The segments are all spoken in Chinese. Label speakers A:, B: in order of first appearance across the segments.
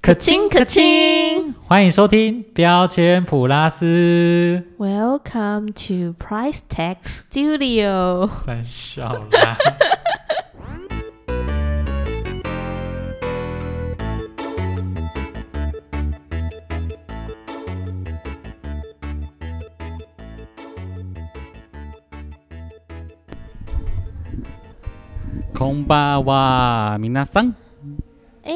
A: 可
B: 亲可亲
A: 欢迎收听标签普拉斯，
B: ，Welcome to Price Tag Studio。
A: 三笑啦。 空巴哇，米娜桑，
B: 哎，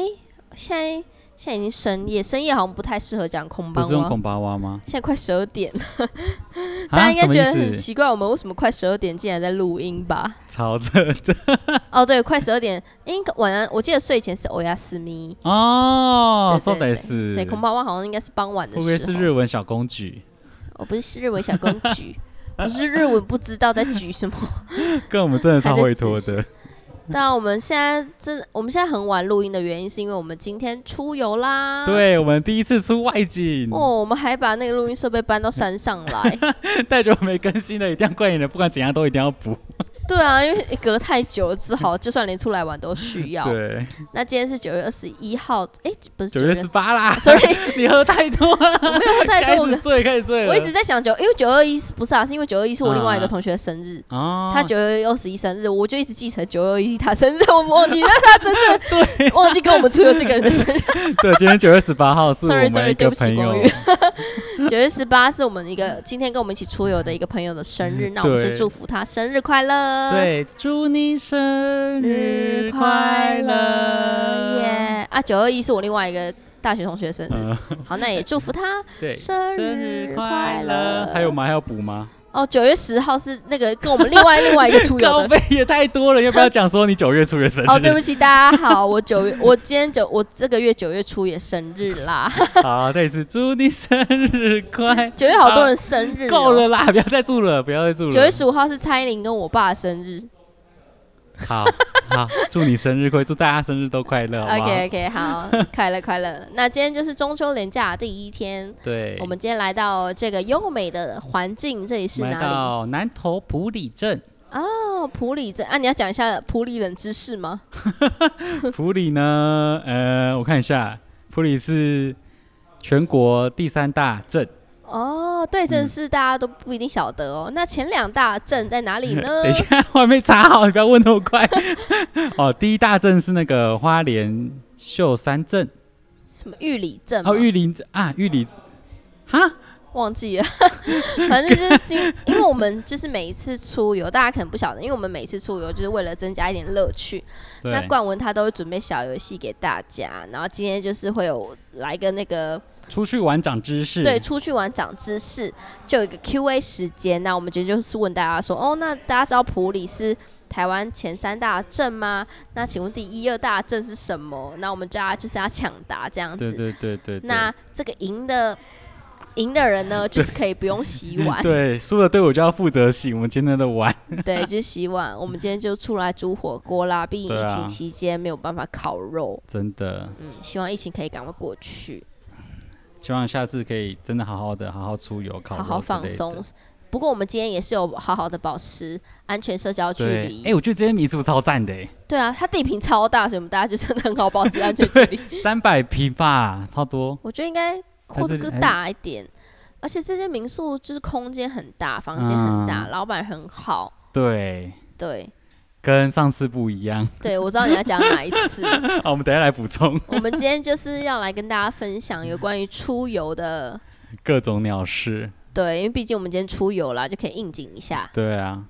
B: 现在现在已经深夜，深夜好像不太适合讲空
A: 不
B: 班
A: 是用
B: 哇。
A: 空巴 哇吗？
B: 现在快十二点了，大家
A: 啊
B: 应该
A: 什么
B: 觉
A: 意
B: 得很
A: 思？
B: 奇怪，我们为什么快十二点竟然在录音吧？
A: 朝着这
B: 哦，对，快十二点，应该晚安。我记得睡前是欧亚斯咪，
A: 哦，
B: 对
A: 说
B: 对
A: 得
B: 对
A: 是，
B: 所以空巴哇好像应该是傍晚的时
A: 会
B: 候。
A: 不会是日文小公举？
B: 我不是日文小公举， 我是日文不知道在举什么。
A: 跟我们真的超
B: 还在嗯
A: 会
B: 自
A: 拖
B: 学
A: 的。
B: 但我们现在真的，我们现在很晚录音的原因，是因为我们今天出游啦。。
A: 对我们第一次出外景，
B: 哦，我们还把那个录音设备搬到山上 来。
A: 带着我没更新的一定要怪你的，不管怎样都一定要补。
B: 对啊，因为隔太久了，只好就算连出来玩都需要。
A: 对，
B: 那今天是九月二十一号，哎、不是
A: 九月十八啦，
B: ，sorry，
A: 你喝太多了，
B: 我没有喝太
A: 开
B: 多。
A: 始
B: 我
A: 醉，开始醉了。
B: 我一直在想九，因为九二一不是啊，是因为九二一是我另外一个
A: 嗯
B: 同学的生日，
A: 哦，
B: 他九月二十一生日，我就一直记成九二一他生日，我忘记，但他 真的忘记跟我们出游这个人的生日。
A: 对，今天九月十八号是我
B: Sorry,
A: 们
B: sorry，
A: 一
B: 对
A: 个
B: 不起
A: 朋友
B: 光宇，九月十八是我们一个今天跟我们一起出游的一个朋友的生日，那我们
A: 嗯对
B: 先祝福他生日快乐。。
A: 对，祝你生日快乐，
B: 耶！啊，九二一是我另外一个大学同学生日，
A: 嗯，
B: 好，那也祝福他
A: 对，
B: 生
A: 生
B: 日
A: 日
B: 快
A: 快
B: 乐
A: 乐。还有吗？还要补吗？
B: 哦。九月十号是那个跟我们另外另外一个出游
A: 高
B: 的。
A: 倍也太多了，要不要讲说你九月出月生日？
B: 哦，对不起大家好，我九 月我今天九我这个月九月初也生日啦，
A: 好，再一次祝你生日快！
B: 九月好多人生日、哦
A: 啊够。了啦， 不要再祝了，不要再祝了。
B: 九月十五号是蔡依林跟我爸的生日。
A: 好好，祝你生日快乐， 祝大家生日都快乐，好不好
B: OK OK，好，快乐快 乐。那今天就是中秋连假的第一天，
A: 对，
B: 我们今天来到这个优美的环境，这里是
A: 来
B: 哪里？
A: 到南投埔里镇，
B: 哦，普里镇啊，你要讲一下普里冷知识吗？
A: 埔里呢，呃，我看一下，埔里是全国第三大镇。
B: 哦，对阵
A: 嗯
B: 是大家都不一定晓得哦。那前两大镇在哪里呢
A: 等？一下，我还没查好，你不要问那么快。 哦，第一大镇是那个花莲秀山镇，
B: 什么玉里镇吗？
A: 哦，玉林啊，玉里，哈，
B: 忘记了，反正就是今，因为我们就是每一次出游，大家可能不晓得，因为我们每次出游就是为了增加一点乐趣。
A: 对，
B: 那冠文他都会准备小游戏给大家，然后今天就是会有来一个那个
A: 出去玩长知识，
B: 对，出去玩长知识，就有一个 Q&A 时间。那我们今天就是问大家说，哦，那大家知道普里是台湾前三大镇吗？那请问第一、二大镇是什么？那我们大家就是要抢答这样子。
A: 对对对对对。，
B: 那这个赢的赢的人呢，就是可以不用洗碗
A: 对，输的队伍就要负责洗我们今天的碗。
B: 对，就是洗碗。我们今天就出来煮火锅啦，毕竟
A: 对
B: 疫
A: 啊
B: 情期间没有办法烤肉，
A: 真的，
B: 嗯，希望疫情可以赶快过去。
A: 希望下次可以真的好好的好好出游，烤
B: 好
A: 肉
B: 好
A: 之
B: 放
A: 类的
B: 松。。不过我们今天也是有好好的保持安全社交距
A: 对，
B: 离。
A: 哎、我觉得今天民宿超赞的、
B: 对啊，它地坪超大，所以我们大家就真的很好保持安全距离。
A: 三百平吧，超多。
B: 我觉得应该扩得更大一点，而且这些民宿就是空间很大，房间很大，
A: 嗯
B: 老板很好。
A: 对，
B: 对，
A: 跟上次不一样。
B: 对，我知道你要讲哪一次。
A: 好，我们等一下来补充
B: 我们今天就是要来跟大家分享有关于出游的，
A: 各种鸟事。
B: 对，因为毕竟我们今天出游啦，就可以应景一下。
A: 对啊，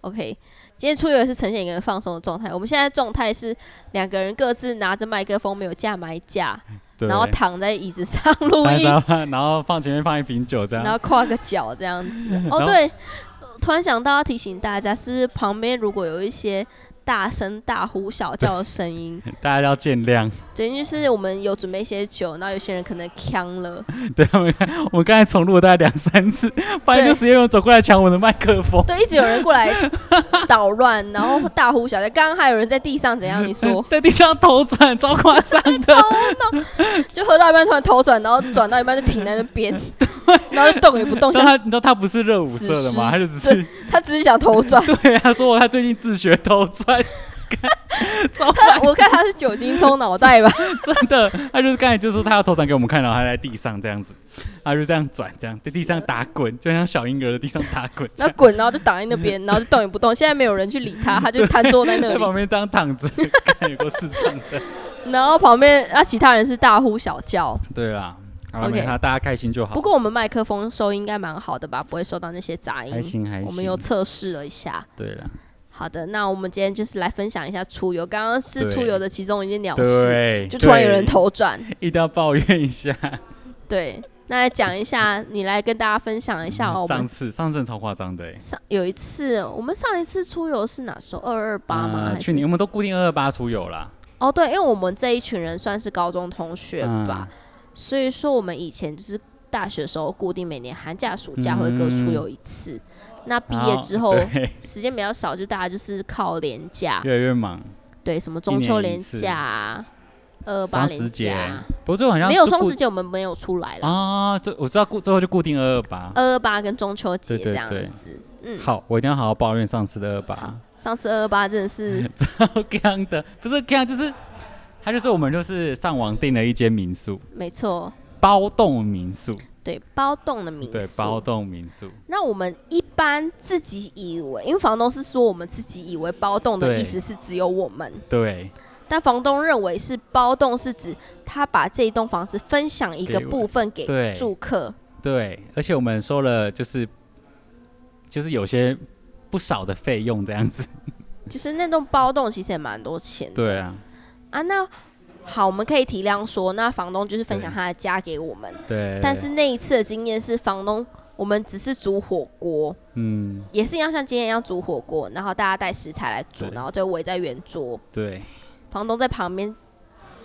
B: OK，今天出游是呈现一个人放松的状态。我们现在状态是两个人各自拿着麦克风，没有架买架，
A: 对。
B: 然后躺在椅子上录
A: 拍
B: 音，
A: 沙发，然后放前面放一瓶酒这
B: 然
A: 样
B: 后。跨个脚这样 子。
A: 然
B: 哦，
A: 后
B: 对，突然想到要提醒大家，是旁边如果有一些大声大呼小叫的声音，
A: 大家要见谅。
B: 对，就是我们有准备一些酒，然后有些人可能呛了，
A: 对，我们我们刚才重录了大概两三次，发现
B: 对
A: 就是有人走过来抢我的麦克风。，
B: 对，一直有人过来捣乱，然后大呼小叫。刚刚还有人在地上怎样？你说
A: 在地上头转，超夸张 的。
B: 就喝到一半突然头转，然后转到一半就停在那 边，然后就动也不动，
A: 但
B: 像
A: 他你知道他不是热舞社的
B: 死尸
A: 吗？他就只是
B: 他只是想头转。
A: 对啊，说我他最近自学偷转，超
B: 他我看他是酒精冲脑 袋吧，
A: 真的，他就是刚才就说他要投篮给我们看，然后他在地上这样子，他就这样转，这样在地上打滚，就像小婴儿在地上打滚这
B: 然后
A: 样，
B: 滚，然后就躺在那边，然后就动也不动。现在没有人去理他，他就瘫坐在那
A: 在旁
B: 里。
A: 边这样躺着，看有够智障的。
B: 然后旁边啊，其他人是大呼小叫。
A: 对啦，好了
B: OK
A: 没他，大家开心就好。
B: 不过我们麦克风收音应该蛮好的吧，不会收到那些杂音
A: 还。行还行，
B: 我们又测试了一下。
A: 对啦，
B: 好的，那我们今天就是来分享一下出游，刚刚是
A: 对
B: 出游的其中一件鸟事，
A: 对，
B: 就突然有人
A: 对，
B: 头转。
A: 一定要抱怨一下。
B: 对，那来讲一下，你来跟大家分享一下哦。我
A: 嗯上
B: 们
A: 次上次很超夸张的欸，
B: 上有一次，我们上一次出游是哪时候？二二八吗？
A: 呃
B: 还
A: 去
B: 是
A: 年我们都固定二二八出游啦，
B: 哦，对，因为我们这一群人算是高中同学
A: 嗯
B: 吧，所以说我们以前就是大学的时候固定每年寒假、暑假会各出游一次。那毕业
A: 嗯好
B: 之后
A: 啊
B: 啊
A: 对
B: 时间比较少，就大家就是靠连假，
A: 越来越忙。
B: 对，什么中
A: 一
B: 秋
A: 年一
B: 连
A: 次
B: 假啊、二八
A: 双十
B: 连
A: 节
B: 假啊，，
A: 不过最后好像
B: 没有
A: 就
B: 双
A: 固
B: 十节我们没有出来了，
A: 啊，这我知道固最后就固定二二八。
B: 二二八跟中秋节
A: 对对
B: 这样
A: 对
B: 子。嗯，
A: 好，我一定要好好抱怨上次的二
B: 好
A: 八，
B: 上次二二八真的 是
A: 好刚的，不是刚就是他就是我们就是上网订了一间民宿，
B: 没错，
A: 包栋民宿，
B: 对包栋的民
A: 对，
B: 宿，
A: 包栋民宿，
B: 那我们一般自己以为，因为房东是说我们自己以为包栋的
A: 对
B: 意思是只有我们，
A: 对，
B: 但房东认为是包栋是指他把这一栋房子分享一个
A: 给我
B: 部分给
A: 对
B: 住客，
A: 对，而且我们收了就是就是有些不少的费用这样子，
B: 就是那栋包栋其实也蛮多钱的
A: 对啊，
B: 啊。那好，我们可以体谅说，那房东就是分享
A: 对
B: 他的家给我们，
A: 对，
B: 但是那一次的经验是房东。我们只是煮火锅，
A: 嗯，
B: 也是一样像今天一样煮火锅，然后大家带食材来煮，
A: 对
B: 然后就围在圆桌，
A: 对，
B: 房东在旁边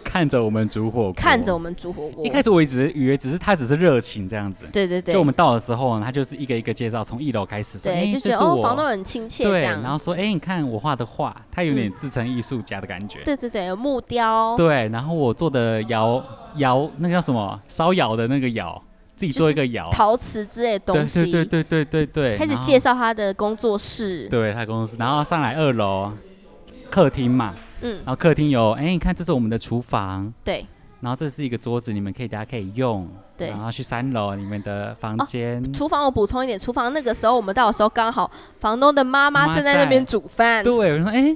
A: 看着我们煮火锅，
B: 看着我们煮火锅
A: 哦一。开始我一直以为只是他只是热情这样子，
B: 对对对，
A: 就我们到的时候呢，他就是一个一个介绍，从一楼开始说，
B: 对
A: 哎
B: 就觉
A: 这
B: 得
A: 是
B: 哦，
A: 我
B: 房东很亲切这
A: 对，
B: 样嗯
A: 然。后说，哎、你看我画的画，他有点自成艺术家的感觉。
B: 对哦对对，有木雕，
A: 对，然后我做的窑窑，那个叫什么烧窑的那个窑，自己做一个窑。
B: 陶瓷之类的
A: 对
B: 东西。
A: 对对对对对对。
B: 开始
A: 然后
B: 介。绍他的工作室。
A: 对，他公司，然后上来二楼客厅嘛，
B: 嗯
A: 然，后客厅有，哎、你看这是我们的厨房，
B: 对
A: 然后这是一个桌子，你们可以大家可以用。
B: 对
A: 然。后去三楼你们的房
B: 哦
A: 间。
B: 厨房我补充一点，厨房那个时候我们到的时候刚好房东的妈妈正在那边煮饭，
A: 对，我说，哎、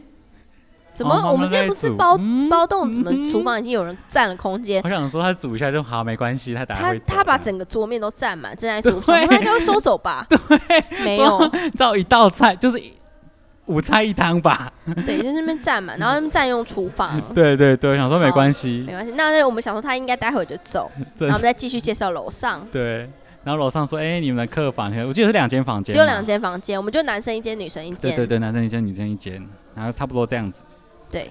B: 怎么、
A: 哦
B: 我们今天不是包、
A: 嗯
B: 包栋，怎么
A: 嗯
B: 厨房已经有人占了空间？
A: 我想说他煮一下就好，没关系，他打
B: 他
A: 会走
B: 他把
A: 的
B: 整个桌面都占满，正在煮，
A: 对
B: 饭，他应该会收走吧？对，没有，
A: 照一道菜就是一五菜一汤 吧。
B: 对，就在那边占满，然后他们占用厨房，
A: 对对对，想说没
B: 好
A: 关系
B: 没，关系。那那我们想说他应该待会就走，
A: 真
B: 然后我们再继续介绍楼上，
A: 对。然后楼上说：“哎、你们的客房，我记得是两间房间，
B: 只有两。间房间，我们就男生一间，女生一
A: 对
B: 间。
A: 对对，男生一间，女生一间，然后差不多这样子。
B: 对。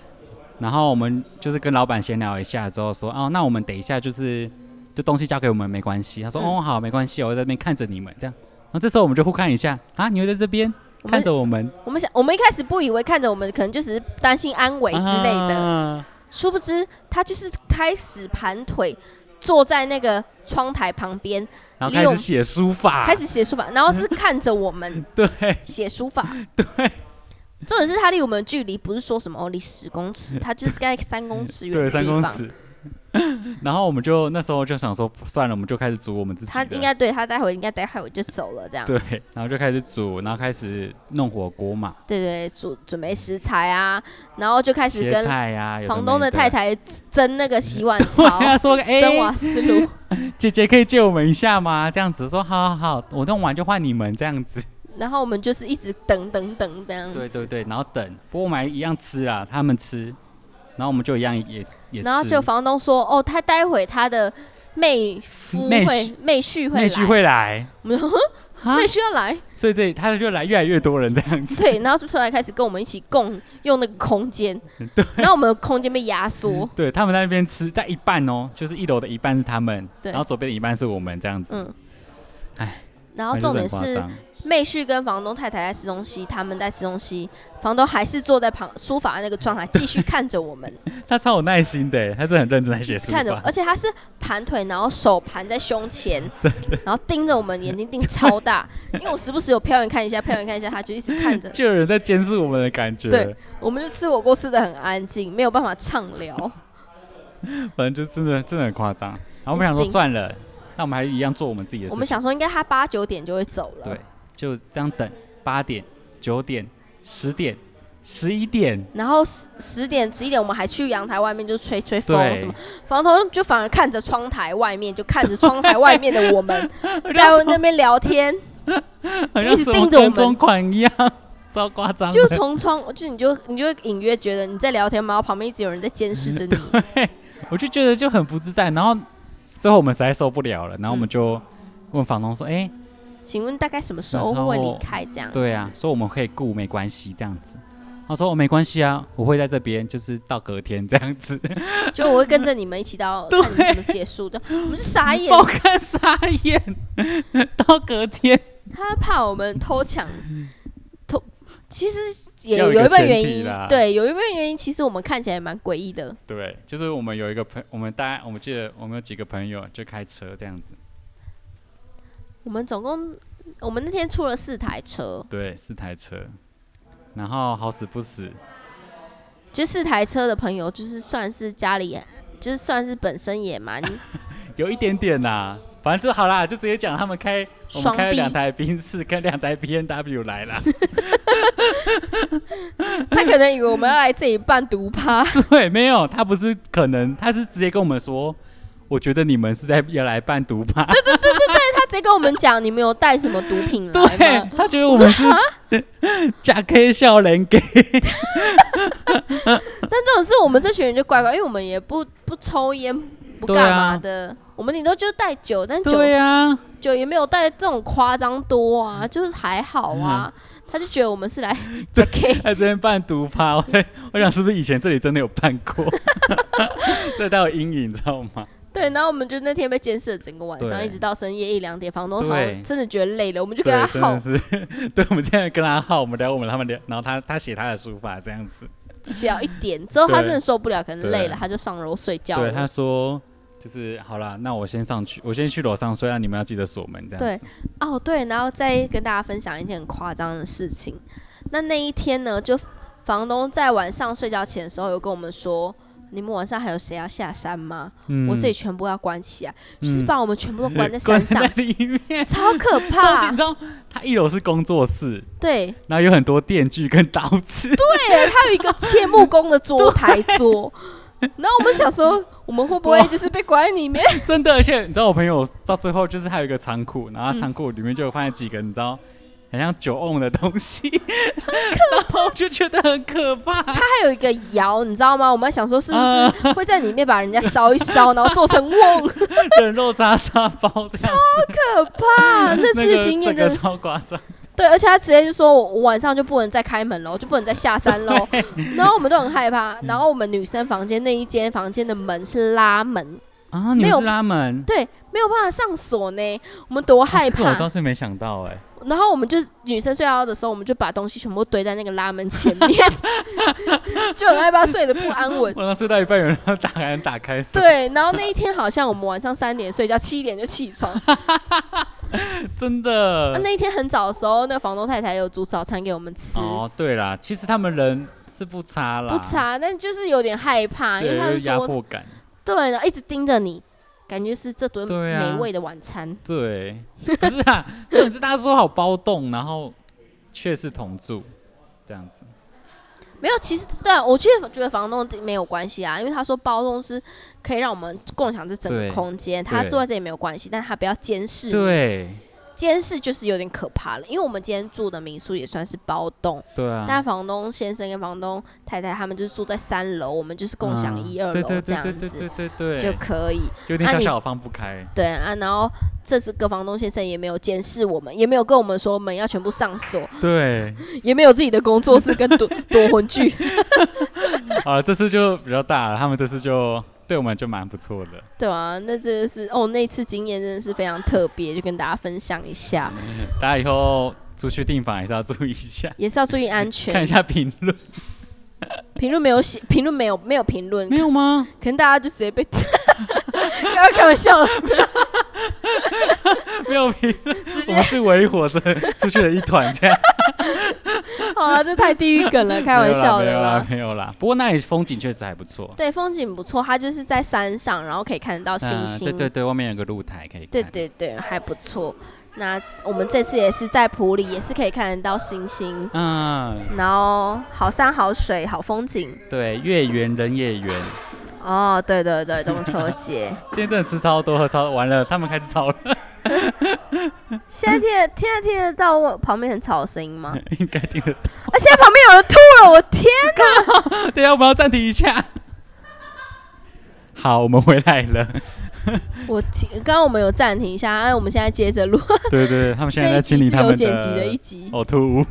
A: 然后我们就是跟老板闲聊一下之后说：哦，那我们等一下就是就东西交给我们没关系。他说：
B: 嗯
A: 哦，好，没关系，我在这边看着你们这样。然后这时候我们就互看一下啊，你又在这边
B: 我们
A: 看着我们
B: 我们想，我们一开始不以为看着我们，可能就只是担心安危之类的，
A: 啊
B: 殊不知他就是开始盘腿坐在那个窗台旁边，
A: 然后
B: 利
A: 开
B: 用
A: 始写书法，
B: 开始写书法，然后是看着我们
A: 啊 对
B: 写书法。对，重点是他离我们的距离不是说什么哦离十公尺，他就是在三公尺远
A: 对，
B: 的
A: 三
B: 地
A: 公
B: 方。
A: 尺。然后我们就那时候就想说，算了，我们就开始煮我们自己
B: 他
A: 的。
B: 应该对他待会应该待会就走了这样。
A: 对，然后就开始煮，然后开始弄火锅嘛，
B: 对对，准准备食材啊，然后就开始
A: 切
B: 跟
A: 菜呀、有
B: 房东的
A: 没
B: 太。太争那个洗碗
A: 对
B: 槽、
A: 啊，说哎、
B: 争瓦斯炉。
A: 姐姐可以借我们一下吗？这样子说，好好好，我弄完就换你们这样子。
B: 然后我们就是一直等等等等，
A: 对对对，然后等，不过我们还一样吃啊，他们吃，然后我们就一样也也吃。
B: 然后就房东说，哦，他待会他的妹夫
A: 妹
B: 会妹婿会
A: 内需
B: 来，
A: 会啊来，
B: 我们说哼
A: 哈
B: 妹婿要来，
A: 所以这他就来越来越多人这样子。
B: 对，然后就突然开始跟我们一起共用那个空间，然后我们的空间被压缩，
A: 嗯对，他们在那边吃，在一半哦，就是一楼的一半是他们，
B: 对
A: 然后左边的一半是我们这样子。
B: 嗯，
A: 唉，
B: 然后
A: 还是
B: 重点
A: 很夸
B: 是
A: 张
B: 妹婿跟房东太太在吃东西，他们在吃东西，房东还是坐在旁书法的那个状态，继续看着我们，
A: 他超有耐心的欸，他是很认真在
B: 就
A: 写
B: 是
A: 书
B: 看着我呃们，
A: 法
B: 而。且他是盘腿，然后手盘在胸前，然后盯着我们，眼睛盯超 大，因为我时不时有瞟眼看一下，瞟眼看一下，他就一直看着，
A: 就有人在监视我们的感觉，
B: 对我们就吃火锅吃的很安静，没有办法畅聊。
A: 反正就真的真的很夸张。然后我
B: 一直
A: 们想说
B: 盯
A: 算了，那我们还一样做我们自己的事情。
B: 我们想说应该他八九点就会走了，
A: 对就这样等八点、九点、十点、十一点，
B: 然后十十点十一点我们还去阳台外面就吹吹风
A: 对
B: 什么，房东就反而看着窗台外面，就看着窗台外面的我 们
A: 好
B: 在
A: 像什么
B: 那边聊天，
A: 好
B: 就
A: 像
B: 一直
A: 什么
B: 盯着我们
A: 跟踪狂一样，超夸张的。
B: 就从窗就你就你就会隐约觉得你在聊天嘛，然后旁边一直有人在监视 着你，
A: 我就觉得就很不自在。然后最后我们实在受不了了，然后我们
B: 嗯
A: 就问房东说：“哎、
B: 请问大概什么时
A: 什
B: 候
A: 么时候
B: 会离开这样？
A: 对啊，，说我们可以雇没关系这样子。”他说：“哦，没关系啊，我会在这边，就是到隔天这样子。，
B: 就我会跟着你们一起到看你们怎么结束的，我们是傻眼
A: 爆看傻眼，到隔天
B: 他怕我们偷抢偷。其实也
A: 要有
B: 有一
A: 一个
B: 部分
A: 前
B: 原
A: 提
B: 因
A: 啦，
B: 对，有一部分原因，其实我们看起来蛮诡异的，
A: 对，就是我们有一个朋，我们大家我们记得我们有几个朋友就开车这样子，
B: 我们总共，我们那天出了四台车，
A: 对，四台车，然后好死不死，
B: 就四台车的朋友，就是算是家里，就是算是本身也 蛮
A: 有一点点啦、反正就好啦，就直接讲他们开我
B: 双
A: 们开了
B: 臂
A: 两台宾士跟两台 B N W 来啦。
B: 他可能以为我们要来这里办毒趴，
A: 对，没有，他不是可能，他是直接跟我们说，我觉得你们是在要来办毒吧？
B: 他直接跟我们讲，你们有带什么毒品来
A: 对
B: 吗？，啊
A: 他觉得我们是 假 K 笑人给，
B: 但这种事我们这群人就乖乖，因为我们也不不抽烟，不
A: 对啊
B: 干嘛的。我们顶多就带酒，但酒、
A: 对啊，嗯
B: 酒也没有带这种夸张多啊，就是还好啊。他就觉得我们是来 假 K，
A: 在这边办毒趴，我在我想是不是以前这里真的有办过？ 这带有阴影，你知道吗？
B: 对，然后我们就那天被监视了整个晚上，
A: 对
B: 一直到深夜一两点，房东好
A: 对
B: 像真的觉得累了，我们就
A: 对
B: 跟他，
A: 真
B: 耗
A: 的是， 对，我们现在跟他耗，我们聊我们他们聊，然后他他写他的书法这样子，
B: 小一点，之后他
A: 对
B: 真的受不了，可能
A: 对
B: 累了，他就上楼睡觉
A: 对，他
B: 了。
A: 说就是好啦，那我先上去，我先去楼上睡，那你们要记得锁门这样
B: 对
A: 子。
B: 哦，对，然后再跟大家分享一件很夸张的事情。那那一天呢，就房东在晚上睡觉前的时候，有跟我们说：“你们晚上还有谁要下山吗？
A: 嗯
B: 我这里全部要关起来，
A: 嗯
B: 就是把我们全部都关在
A: 关
B: 山上
A: 在，里面，
B: 超可
A: 超级
B: 怕
A: 你。知道，他一楼是工作室，”
B: 对，
A: 然后有很多电锯跟刀子，
B: 对，他有一个切木工的桌台桌。然后我们想说，我们会不会
A: 哇
B: 就是被关在里面？
A: 真的。而且你知道，我朋友到最后就是还有一个仓库，然
B: 嗯
A: 后他仓库里面就有发现几个你知道。很像酒瓮的东西，然后我就觉得很可怕。
B: 还有一个窑，你知道吗？我们还想说是不
A: 嗯
B: 是会在里面把人家烧一烧，然后做成瓮？ 很
A: 人肉叉沙包 这样，
B: 可怕，那
A: 那
B: 次的
A: 个
B: 经验真
A: 整个
B: 的是
A: 超夸张。
B: 对，而且他直接就说我我晚上就不能再开门了，就不能再下山 喽。然后我们都很害怕。然后我们女生房间那一间房间的门是拉门，
A: 啊，
B: 没
A: 你们
B: 有
A: 是拉门？
B: 对，没有办法上锁呢。我们多害
A: 啊这个我
B: 怕
A: 倒。是没想到哎、
B: 然后我们就女生睡觉的时候，我们就把东西全部堆在那个拉门前面， 就很害怕睡得不安稳。
A: 我晚上睡到一半，有人要打开打开锁，
B: 对，然后那一天好像我们晚上三点睡觉，七点就起床。
A: 真的
B: 啊、。那一天很早的时候，那个房东太太有煮早餐给我们吃，
A: 哦，对啦，其实他们人是不差啦，
B: 不差，但就是有点害怕，因
A: 对，
B: 为他
A: 有
B: 就
A: 压
B: 说
A: 迫感。
B: 对，然后一直盯着你，感觉是这顿
A: 对啊
B: 美味的晚餐。
A: 对， 不是啊，重点是大家说好包栋，然后却是同住这样子。
B: 没有，其实对啊，我其实觉得房东没有关系啊，因为他说包栋是可以让我们共享这整
A: 对
B: 个空间，他
A: 对
B: 坐在这里没有关系，但他不要监视你。
A: 对，
B: 监视就是有点可怕了，因为我们今天住的民宿也算是包栋，
A: 对
B: 但
A: 啊，
B: 房东先生跟房东太太他们就是住在三楼，我们就是共享
A: 嗯
B: 一二
A: 对
B: 楼
A: 对
B: 这
A: 对
B: 样
A: 对对
B: 子
A: 对对对，
B: 就可以。
A: 有点
B: 啊
A: 小
B: 你
A: 小放不开。
B: 对啊，然后这次个房东先生也没有监视我们，也没有跟我们说门要全部上锁，
A: 对，
B: 也没有自己的工作室跟夺夺魂剧。
A: 啊，这次就比较大了，他们这次就对我们就蛮不错的。
B: 对啊，那真的是哦，那次经验真的是非常特别，就跟大家分享一下。
A: 大家以后出去订房还是要注意一下，
B: 也是要注意安
A: 看一
B: 全。
A: 下评论。
B: 评论没有写，评论没有 没有评论，
A: 没有吗？
B: 可能大家就直接被， 不要开玩笑了，
A: 没有评论，我们是围火着出去的一团这样。
B: 好了，这太地狱梗 了，开玩笑
A: 没有
B: 的
A: 啦
B: 啦，。
A: 没有啦。不过那里风景确实还不错。
B: 对，风景不错，它就是在山上，然后可以看得到星
A: 嗯，
B: 星。
A: 对对对，外面有个露台可以看。
B: 啊对对对，还不错。那我们这次也是在普里，也是可以看得到星星，
A: 嗯，
B: 然后好山好水好风景。
A: 对，月圆人也圆。
B: 哦，对对对，中秋 节，
A: 今天真的吃超多，喝超完了，他们开始吵了，
B: 现在听得听得听得到我旁边很吵的声音 吗？
A: 应该听得到。
B: 啊，现在旁边有人吐了，我天！
A: 对啊下我们要暂停一下。 好，我们回来 了。
B: 我停，刚刚我们有暂停一下，哎、我们现在接着录。
A: 对对对，他们 现在
B: 这一
A: 在
B: 集
A: 清
B: 是
A: 理他
B: 有
A: 们
B: 剪辑的一
A: 的哦
B: 集，
A: 呕吐物。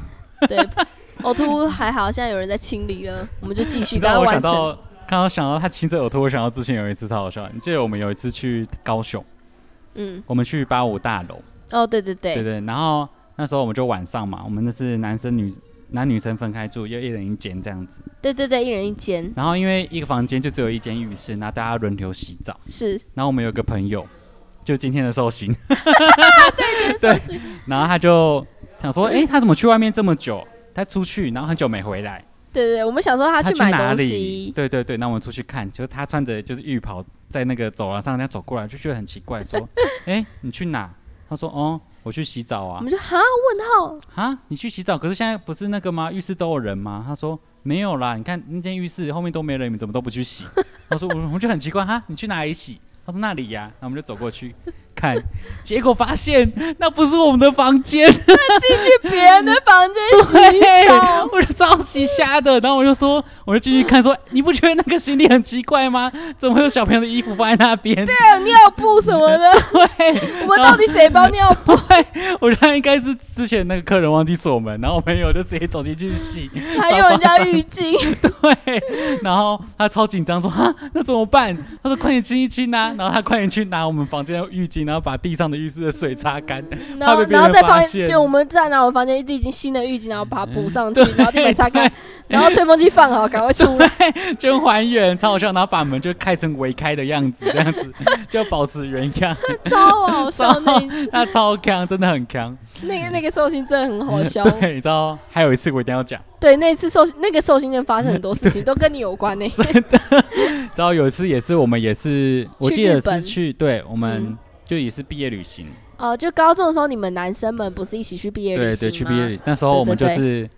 B: 对。 呕吐物还好，现在有人在清理了，我们就继续
A: 你
B: 赶
A: 让
B: 快
A: 我想
B: 完成。
A: 到，刚刚想到他亲自呕吐，我想到之前有一次超好笑。你记得我们有一次去高雄，
B: 嗯，
A: 我们去八五大楼，
B: 哦，对对对，
A: 对对，然后那时候我们就晚上嘛，我们那是男生女男女生分开住，又一人一间这样子。
B: 对对对，一人一间，
A: 然后因为一个房间就只有一间浴室，然后大家轮流洗澡。
B: 是
A: 然后我们有个朋友，就今天的寿星，
B: 对
A: 然后他就想说，诶，他怎么去外面这么久？他出去，然后很久没回来。
B: 对对，我们想说他
A: 他
B: 去
A: 去
B: 买
A: 哪
B: 东
A: 里？
B: 西，
A: 对对对，那我们出去看，就是他穿着就是浴袍在那个走廊上，人家走过来就觉得很奇怪，说：“ 哎、你去哪？”他说：“哦，我去洗澡
B: 我
A: 啊
B: 们。就哈问号，”
A: 啊，你去洗澡？可是现在不是那个吗？浴室都有人吗？他说：“没有啦，你看那间浴室后面都没人，你们怎么都不去洗？” 他说：“我我们就很奇怪哈，你去哪里洗？”他说：“那里呀、那我们就走过去 看，结果发现那不是我们的房间。
B: 进去别人的房间洗
A: 对 啊
B: 澡，，
A: 我就超级瞎的，然后我就说，我就进去看说，你不觉得那个行李很奇怪吗？怎么会有小朋友的衣服放在那边？对，
B: 还有尿布什么 的，我们到底谁包尿布？
A: 我觉得应该是之前那个客人忘记锁门，然后我朋友就直接走进去洗，
B: 还有人家浴巾，
A: 对，然后他超紧张说，哈，那怎么办？他说快点清一清啊，然后他快点去拿我们房间的浴巾，然后把地上的浴室的水擦干，
B: 然后
A: 怕被别
B: 然
A: 人
B: 后再放
A: 发
B: 一，
A: 现
B: 就我们再拿我房间一巾新的浴巾，然后把它补上去，然后地板擦干
A: 对，
B: 然后吹风机放好，赶快出 来。
A: 就还原超好笑，然后把门就开成围开的样子，这样子 就保持原样，
B: 超好笑那一次，
A: 他超强，真的很强。
B: 那个那个寿星真的很好笑。
A: 对，你知道，还有一次我一定要讲，
B: 对，那一次寿那个寿星店发生很多事 情，都跟你有关欸呢。
A: 然后有一次也是我们也是，我记得
B: 日本
A: 是去，对，我
B: 嗯
A: 们就也是毕业旅行，
B: 哦，就高中的时候，你们男生们不是一起去毕业旅
A: 对
B: 行
A: 对，
B: 吗？
A: 去毕业旅行，那时候我们
B: 对对
A: 就是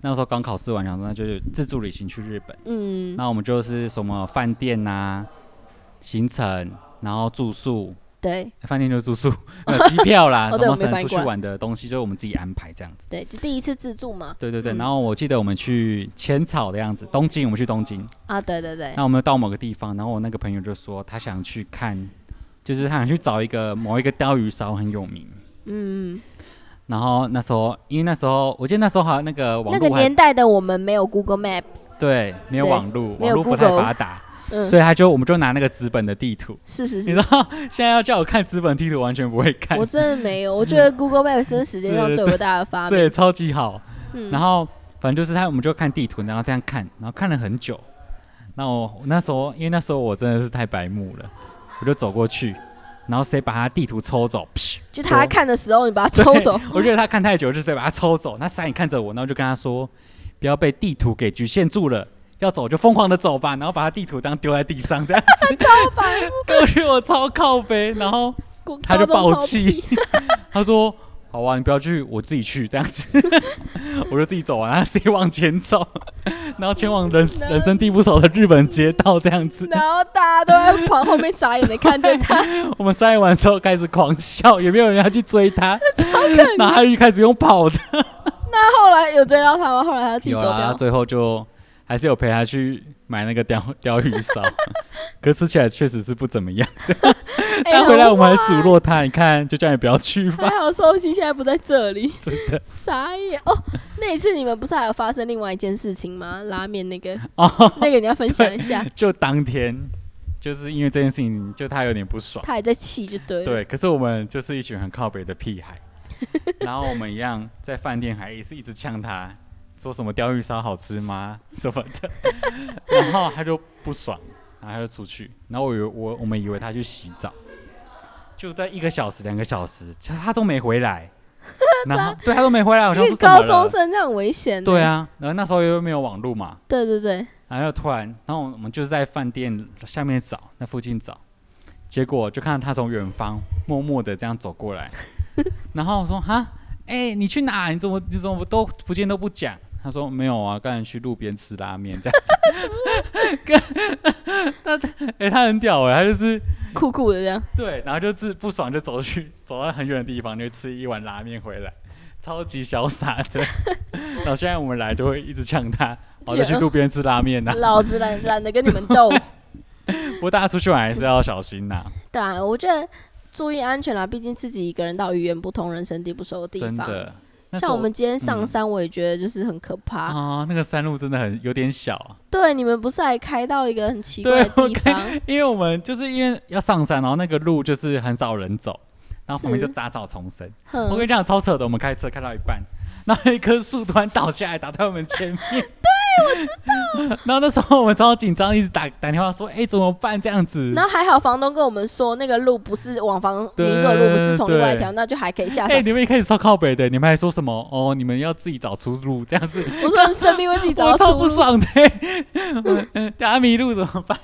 A: 那时候刚考试完，想说那就是自助旅行去日本，
B: 嗯，
A: 那我们就是什么饭店呐、行程，然后住宿。欸
B: 对
A: 饭店就 住宿，呃，机票啦，
B: 哦
A: 什
B: 对
A: 么
B: 我没
A: 省
B: 翻
A: 出去
B: 过来
A: 玩的东西，就是我们自己安排这样子。
B: 对，就第一次自助嘛。
A: 对对对，
B: 嗯
A: 然后我记得我们去浅草的样子，东京，我们去东京，
B: 啊，对对对
A: 那，我们到某个地方，然后我那个朋友就说他想去看，就是他想去找一个某一个鲷鱼烧很有名。
B: 嗯，
A: 然后那时候，因为那时候我记得那时候好像那个网
B: 那个
A: 络还
B: 年代的我们没有 Google Map，
A: 对没有
B: 对
A: 网络，
B: 没
A: 网
B: 有
A: 络不太
B: Google
A: 发达，
B: 嗯，
A: 所以他就我们就拿那个纸本的地图。
B: 是是是
A: 你知，道现在要叫我看纸本地图，完全不会看
B: 我，真的没有， 我觉得 Google Map 是时间上最伟大的发
A: 这
B: 明。
A: 也超级好。
B: 嗯
A: 然后反正就是他，我们就看地图，然后这样看，然后看了很久。那我我那时候，因为那时候我真的是太白目了，我就走过去，然后谁把他地图抽走，
B: 就他看的时候，你把它抽走，
A: 我觉得他看太久，就是把他抽走。那三眼看着我，然后就跟他说：“不要被地图给局限住了，要走就疯狂的走吧。”然后把他地图当丢在地上这样子。 超白，我觉得我超靠背。然后
B: 高
A: 他就
B: 高中
A: 爆
B: 超
A: 气
B: 屁，
A: 他说：“好啊，你不要去，我自己去这样子。” 我就自己走完、啊，自己往前走， 然后前往人人生地不熟的日本街道这样子。
B: 然后大家都在旁后面傻眼的看着他，
A: 我们塞完之后开始狂笑，也没有人要去追他，然后他就开始用跑的。
B: 那后来有追到他吗？后来他 自己
A: 有啊
B: 走
A: 啦，
B: 掉，
A: 最后就还是有陪他去买那个 鲷鲷鱼烧，可是吃起来确实是不怎么样。
B: 哎
A: 但回来我们还
B: 好
A: 数落他，你看，就叫你不要去吧，
B: 还好寿星现在不在这里，
A: 真的。
B: 傻眼哦！那一次你们不是还有发生另外一件事情吗？拉面那 个，
A: 哦，
B: 那个你要分享一下，
A: 就当天就是因为这件事情，就他有点不爽。
B: 他还在气就对了。
A: 对，可是我们就是一群很靠北的屁孩，然后我们一样在饭店还也是一直呛他，说什么鲷鱼烧好吃吗 什么 的，然后他就不爽，然后他就出去，然后我以为我我们以为他去洗澡，就在一个小时两个小时，他他都没回 来，然后对他都没回来，我
B: 因
A: 想
B: 为
A: 说怎么
B: 高中
A: 了？
B: 生这样危险。
A: 对，啊，然后那时候又没有网络嘛，
B: 对对对，
A: 然后突然，然后我们就是在饭店下面找，那附近找，结果就看到他从远方默默的这样走过来， 然后我说哈，哎、你去哪？你怎么你怎么都不见都不讲？他说没有啊，刚才去路边吃拉面这样子。 跟他他哎、他很屌哎、他就是
B: 酷酷的这 样。
A: 对，然后就是不爽就走去走到很远的地方就吃一碗拉面回来，超级潇洒的。然后现在我们来就会一直呛他，哦我就去路边吃拉面呐、
B: 老子懒懒得跟你们斗。
A: 不过大家出去玩还是要小心呐、
B: 对啊，我觉得注意安全啦，毕竟自己一个人到语言不通、人生地不熟的地
A: 真
B: 方。
A: 的。那时
B: 像
A: 候
B: 我们今天上
A: 嗯
B: 山，我也觉得就是很可怕。
A: 啊、那个山路真的很有点小啊，
B: 对，你们不是还开到一个很奇怪的
A: 对我
B: 地方？
A: 因为我们就是因为要上山，然后那个路就是很少人走，然后旁边
B: 是
A: 就杂草丛生。 我跟
B: 哼，
A: 你讲，超扯的，我们开车开到一半，然后一棵树突然倒下来，打到我 们前面。对，我知道。然后那时候我们超紧张，一直打打电话说：“哎、怎么办？”这样子。
B: 然后还好房东跟我们说，那个路不是往房
A: 对
B: 你说的路，不是从另外一条，
A: 对
B: 那就还可以下
A: 哎、
B: 山。
A: 你们一开始超靠北的，你们还说什么？哦，你们要自己找出路，这样子。
B: 我说生命为自己找
A: 哎我
B: 到
A: 超
B: 出
A: 不
B: 路，
A: 爽的、 我呃大家迷路怎么办？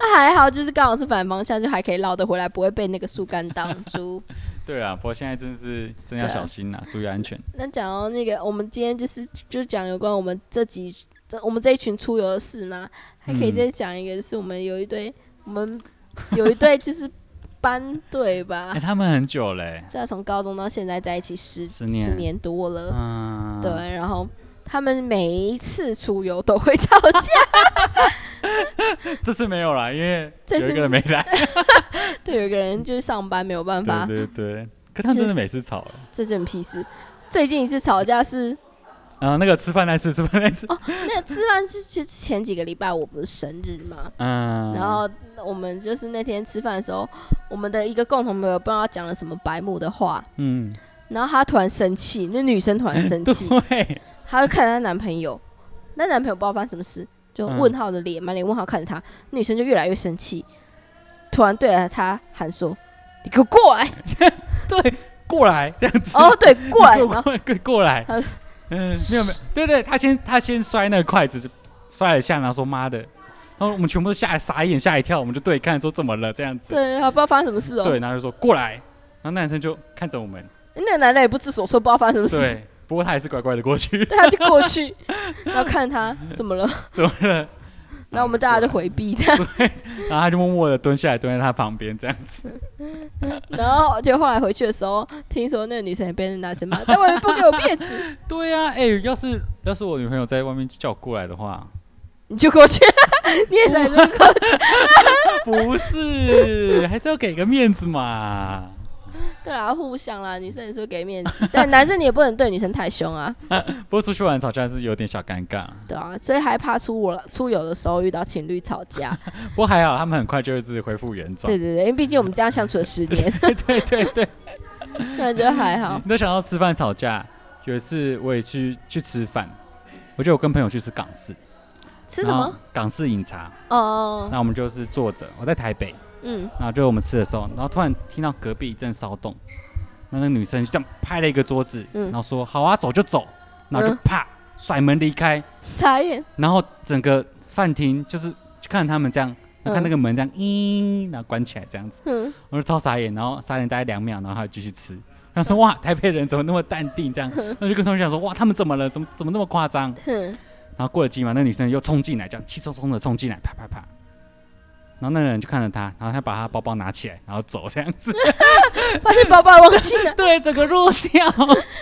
B: 那还好，就是刚好是反方向，就还可以绕得回来，不会被那个树干挡住。
A: 对啊，不过现在真的是真要
B: 对啊
A: 小心啦、注意安全。
B: 那讲到那个，我们今天就是就讲有关我们这几这我们这一群出游的事嘛，还可以
A: 嗯
B: 再讲一个，就是我们有一对我们有一对就是班队吧
A: 哎、，他们很久嘞、
B: 现在从高中到现在在一起十
A: 十年
B: 十年多了，
A: 嗯，
B: 对，然后。他们每一次出游都会吵架，
A: 这次没有啦，因为
B: 这
A: 有
B: 次
A: 一个人没来。
B: 对，有一个人就是上班没有办法，
A: 对对对，可他们真的每次吵了。
B: 这件屁事。最近一次吵架是
A: 然后那个吃饭那次，吃饭那次，
B: 那个吃饭之之前几个礼拜我不是生日吗？
A: 嗯，
B: 然后我们就是那天吃饭的时候，我们的一个共同朋友不知道讲了什么白目的话，
A: 嗯，
B: 然后她突然生气，那女生突然生 气，
A: 对，
B: 她就看她男朋友，那男朋友不知道发生什么事，就
A: 嗯
B: 问号的脸，满脸问号看着她，那女生就越来越生气，突然对着她喊说：“你给我过来
A: 对，过来这样！”子。
B: 哦，对，过来，
A: 过
B: 然后
A: 过过过来
B: 他。
A: 嗯，没有没有，对对，他先他先摔那个筷子，摔了一下，然后说妈的，然后我们全部都吓傻眼吓一跳，我们就对看说怎么了这样子。
B: 对，她不知道发生什么事哦。
A: 对，然后就说过来，然后那男生就看着我们，
B: 那个男的也不知所措，不知道发生什么事，
A: 对，不过他还是乖乖的过去，
B: 对，他就过去，然后看他怎么了，
A: 怎么了？
B: 然后我们大家就回避这样。
A: 然后他就默默的蹲下来，蹲在他旁边这样子。
B: 然后就后来回去的时候，听说那个女生也被那男生骂，在外面不给我面子，
A: 对啊，哎、要是要是我女朋友在外面叫我过来的话，
B: 你就过去，你也在这过去。
A: 不是，还是要给个面子嘛。
B: 对啦，互相啦，女生也说给面子，但男生你也不能对女生太凶啊，
A: 不过出去玩吵架是有点小尴尬，
B: 对啊，最害怕出我出游的时候遇到情侣吵 架，
A: 不过还好他们很快就会自己恢复原状
B: 对。对对，因为毕竟我们这样相处了十年，
A: 对对对，
B: 那就还好。
A: 你都想到吃饭吵架，有一次我也去去吃饭，我就有跟朋友去吃港式，
B: 吃什
A: 然后
B: 么？
A: 港式饮茶。
B: 哦，
A: 那我们就是坐着，我在台北，
B: 嗯，
A: 然后就我们吃的时候，然后突然听到隔壁一阵骚动，那那个女生就这样拍了一个桌子，
B: 嗯
A: 然后说：“好啊，走就走。”然后就
B: 嗯
A: 啪甩门离开，
B: 傻眼，
A: 然后整个饭厅就是就看他们这样，
B: 嗯
A: 看那个门这样，咦，然后关起来这样子，
B: 嗯，
A: 我就超傻眼，然后傻眼大概两秒，然后他就继续吃。然
B: 嗯
A: 后说哇，台北人怎么那么淡定这样？那就跟同学讲说哇，他们怎么了？怎么怎么那么夸张？
B: 哼，
A: 然后过了几秒，那女生又冲进来，这样气冲冲的冲进来，啪啪啪。然后那个人就看着他，然后他把他包包拿起来，然后走这样子。
B: 发现包包忘记了，
A: 对，整个弱掉。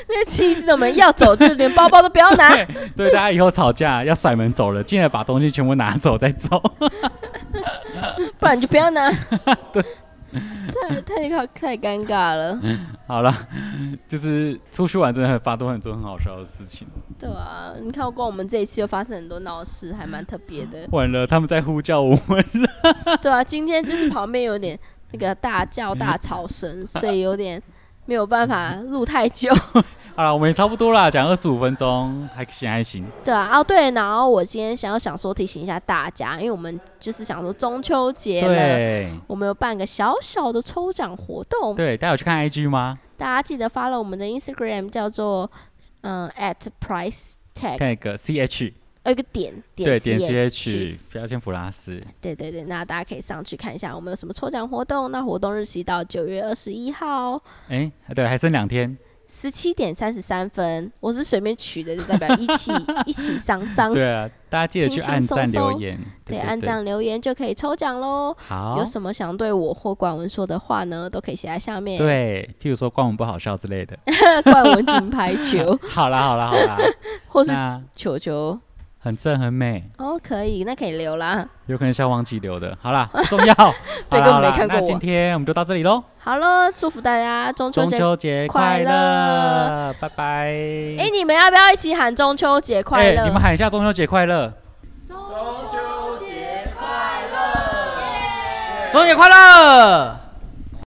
B: 那气死我们，要走就连包包都不要拿，
A: 对，大家以后吵架要甩门走了，进来把东西全部拿走再走。
B: 不然你就不要拿。 对，太太太尴尬了，
A: 好了，就是出去玩真的很发生很多很好笑的事情。。
B: 对啊，你看，光我们这一期又发生很多闹事，还蛮特别的
A: 完了，他们在呼叫我 们。
B: 对啊，今天就是旁边有点那个大叫大吵声，所以有点没有办法录太久。
A: 好了，我们也差不多啦，讲二十五分钟，还行还行。
B: 对啊，哦对，然后我今天想要想说提醒一下大家，因为我们就是想说中秋节了，
A: 对
B: 我们有办个小小的抽奖活动，
A: 对，大家有去看 IG 吗
B: 大家记得发了我们的 Instagram 叫做嗯 at price tag，呃
A: ？tag C H，
B: 有一个点点
A: 对，哎点
B: CH
A: C H，标签普拉斯。
B: 对对对，那大家可以上去看一下我们有什么抽奖活动。那活动日期到九月二十一号
A: 哎，对，还剩两天。
B: 十七点三十三分，我是随便取的，就代表一起一起上 上。
A: 对啊，大家记得去
B: 轻轻
A: 按
B: 松
A: 赞
B: 松
A: 留言，
B: 对，
A: 对，
B: 按
A: 对。
B: 赞留言就可以抽奖喽。
A: 好
B: 有，什么想对我或管文说的话呢，都可以写在下面。，
A: 对，譬如说关文不好笑之类的。
B: 冠文金牌球
A: 好啦，好啦，好啦，
B: 或是
A: 那
B: 球球
A: 很正很美，
B: 哦，可以，那可以留啦。
A: 有可能消防急流的。好啦，不重要。好啦
B: 对根本
A: 好啦
B: 没看过
A: 那
B: 我
A: 今天我们就到这里喽，
B: 好了，祝福大家中秋
A: 中
B: 节。
A: 秋节
B: 快
A: 快
B: 乐
A: 乐，拜拜。
B: 哎、你们要不要一起喊中秋节快
A: 哎
B: 乐？
A: 你们喊一下中秋节快乐，
C: 中秋节快乐！
A: 中秋节快乐。